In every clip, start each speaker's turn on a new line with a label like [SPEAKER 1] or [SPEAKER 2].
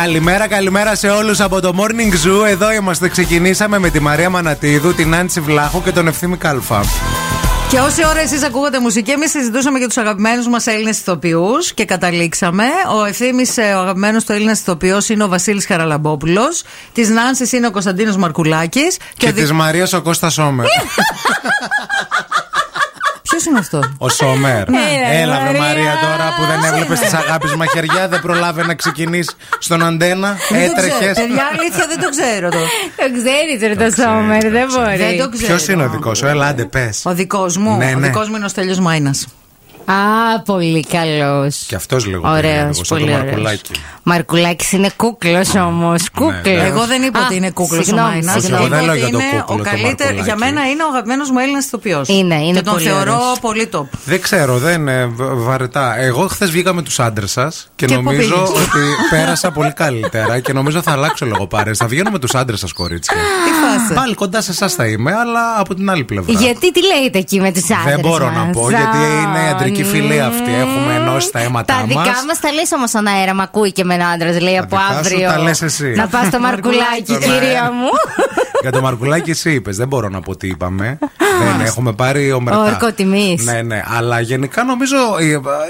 [SPEAKER 1] Καλημέρα, καλημέρα σε όλους από το Morning Zoo. Εδώ είμαστε. Ξεκινήσαμε με τη Μαρία Μανατίδου, την Άντσι Βλάχου και τον Ευθύμη Κάλφα.
[SPEAKER 2] Και όση ώρα εσείς ακούγατε μουσική, εμείς συζητούσαμε για τους αγαπημένους μας Έλληνες ηθοποιούς και καταλήξαμε. Ο ευθύνη, ο αγαπημένος του Έλληνα ηθοποιός είναι ο Βασίλης Χαραλαμπόπουλος. Της Νάνσης είναι ο Κωνσταντίνος Μαρκουλάκης.
[SPEAKER 1] Και, και της Μαρίας ο Κώστας
[SPEAKER 2] Ε!
[SPEAKER 1] Σόμερ.
[SPEAKER 2] Ποιος είναι αυτό,
[SPEAKER 1] Ο Σόμερ.
[SPEAKER 2] Ναι,
[SPEAKER 1] Έλα, βρε Μαρία, τώρα που δεν έβλεπες τις αγάπη μαχαιριά, δεν προλάβε να ξεκινήσεις στον αντένα. Έτρεχε.
[SPEAKER 2] Ε, Παιδιά, αλήθεια δεν το ξέρω το.
[SPEAKER 3] Το ξέρεις το Σόμερ, δεν
[SPEAKER 2] Δεν το
[SPEAKER 3] μπορεί.
[SPEAKER 2] ξέρω.
[SPEAKER 1] Ποιος είναι ο δικός σου, έλα, άντε πες.
[SPEAKER 2] Ο δικός μου,
[SPEAKER 1] Ναι,
[SPEAKER 2] ο
[SPEAKER 1] ναι.
[SPEAKER 2] δικός μου είναι ο Στέλιος Μάινας.
[SPEAKER 3] Α, πολύ καλός.
[SPEAKER 1] Και αυτός λίγο.
[SPEAKER 3] Ωραίο,
[SPEAKER 1] περίεργος, σαν το
[SPEAKER 3] πολύ ωραίος.
[SPEAKER 1] Μαρκουλάκι.
[SPEAKER 3] Μαρκουλάκης είναι κούκλος όμω. Κούκλο.
[SPEAKER 1] ναι.
[SPEAKER 2] Εγώ δεν είπα
[SPEAKER 3] Α,
[SPEAKER 2] ότι είναι κούκλος ο
[SPEAKER 3] συγγνώμη,
[SPEAKER 2] Μάινας.
[SPEAKER 1] συγγνώμη. Εγώ δεν λέω για το κούκλο, το Μαρκουλάκι.
[SPEAKER 2] Για μένα είναι ο αγαπημένος μου Έλληνας ηθοποιός.
[SPEAKER 3] Είναι, είναι
[SPEAKER 2] Και τον
[SPEAKER 3] πολύ
[SPEAKER 2] θεωρώ
[SPEAKER 3] ωραίος.
[SPEAKER 2] πολύ top.
[SPEAKER 1] Δεν ξέρω, δεν ε, βα- βαρετά. Εγώ χθες βγήκα με τους άντρες σας και,
[SPEAKER 2] πού
[SPEAKER 1] νομίζω
[SPEAKER 2] πήγες?
[SPEAKER 1] ότι πέρασα πολύ καλύτερα και νομίζω θα αλλάξω λίγο πάρε. Θα βγαίνω με τους άντρες σας, κορίτσια.
[SPEAKER 2] Τι φάση.
[SPEAKER 1] Πάλι κοντά σε εσάς θα είμαι, αλλά από την άλλη πλευρά.
[SPEAKER 3] Γιατί τι λέτε εκεί με τους άντρε.
[SPEAKER 1] Δεν μπορώ να πω, γιατί είναι ιατρική φιλία αυτή. Έχουμε ενώσει τα αίματά
[SPEAKER 3] Τα δικά
[SPEAKER 1] μας.
[SPEAKER 3] μας τα λες όμως στον αέρα. Μ' ακούει και εμένα άντρας. Λέει από
[SPEAKER 1] δικά σου
[SPEAKER 3] αύριο.
[SPEAKER 1] τα λες εσύ. Ναι.
[SPEAKER 3] Να πας στο Μαρκουλάκι,
[SPEAKER 1] Στον
[SPEAKER 3] κυρία
[SPEAKER 1] αέρα.
[SPEAKER 3] μου.
[SPEAKER 1] Για το Μαρκουλάκι, εσύ είπες. Δεν μπορώ να πω τι είπαμε. δεν έχουμε πάρει ομερτά.
[SPEAKER 3] Όρκο τιμής.
[SPEAKER 1] Ναι, ναι. Αλλά γενικά νομίζω ε,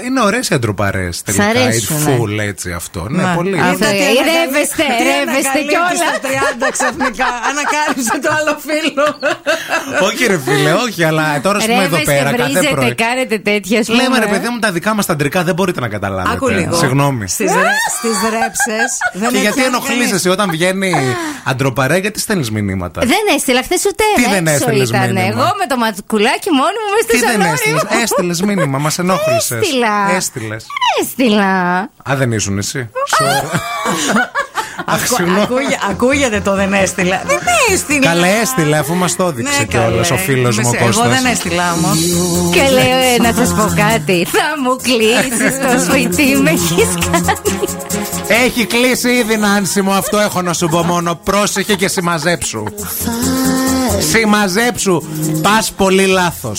[SPEAKER 1] είναι ωραίες οι αντροπαρέ. Τελικά.
[SPEAKER 3] αρέσουν,
[SPEAKER 1] It's
[SPEAKER 3] ναι.
[SPEAKER 1] full έτσι αυτό. Ναι,
[SPEAKER 2] Ναι.
[SPEAKER 1] πολύ.
[SPEAKER 3] Αυτό
[SPEAKER 2] Είδατε,
[SPEAKER 3] είναι.
[SPEAKER 2] ανακαλύ-
[SPEAKER 3] Ρεύεστε,
[SPEAKER 2] τι
[SPEAKER 3] ρεύεστε
[SPEAKER 2] ανακαλύπτεις
[SPEAKER 3] κιόλας.
[SPEAKER 2] Στα 30 ξαφνικά. Ανακάλυψε το άλλο φίλο.
[SPEAKER 1] όχι, ρε φίλε, όχι, αλλά τώρα σου εδώ
[SPEAKER 3] Ρεύεστε,
[SPEAKER 1] πέρα κάθε
[SPEAKER 3] βρίζετε, Ναι.
[SPEAKER 1] πρωί.
[SPEAKER 3] κάνετε τέτοια. ας
[SPEAKER 1] Λέμε
[SPEAKER 3] πούμε.
[SPEAKER 1] ρε παιδί μου τα δικά μας τα αντρικά δεν μπορείτε να καταλάβετε.
[SPEAKER 2] Άκου λίγο.
[SPEAKER 1] Ε, Συγγνώμη.
[SPEAKER 2] Στις ρέψε.
[SPEAKER 1] Και γιατί ενοχλείσαι όταν βγαίνει αντροπαρέ, γιατί στέλνεις μηνύματα.
[SPEAKER 3] Δεν έστειλα χθες ούτε
[SPEAKER 1] Τι
[SPEAKER 3] ένα.
[SPEAKER 1] δεν
[SPEAKER 3] έξω
[SPEAKER 1] έστειλες
[SPEAKER 3] ήταν.
[SPEAKER 1] μήνυμα?
[SPEAKER 3] Εγώ με το ματσουλάκι μόνο μου με
[SPEAKER 1] Τι
[SPEAKER 3] στη
[SPEAKER 1] δεν έστειλε.
[SPEAKER 3] σανόρι μου.
[SPEAKER 1] Έστειλες μήνυμα, μας ενόχλησες.
[SPEAKER 3] Έστειλα.
[SPEAKER 1] Έστειλες.
[SPEAKER 3] Έστειλα.
[SPEAKER 1] Α, δεν ήσουν εσύ. Sorry. Αχ, συγγνώμη.
[SPEAKER 2] Ακούγεται το δεν έστειλα. Δεν έστειλα.
[SPEAKER 1] Καλέ έστειλε, αφού μας το
[SPEAKER 2] Ναι,
[SPEAKER 1] έδειξε
[SPEAKER 2] καλέ.
[SPEAKER 1] κιόλας ο φίλος μου ο
[SPEAKER 2] Μισέ, Εγώ δεν
[SPEAKER 1] Κώστας
[SPEAKER 2] έστειλα όμως.
[SPEAKER 3] Και λέω «Ε, να σα πω κάτι. Θα μου κλείσεις το σπίτι, με έχεις κάνει.
[SPEAKER 1] Έχει κλείσει ήδη, Νάνση μου, αυτό έχω να σου πω μόνο. Πρόσεχε και συμμαζέψου. Συμμαζέψου. Πας πολύ λάθος.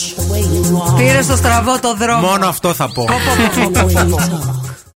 [SPEAKER 2] Πήρε στο στραβό το δρόμο.
[SPEAKER 1] Μόνο αυτό θα πω.
[SPEAKER 2] Πω, πω, πω, πω, πω.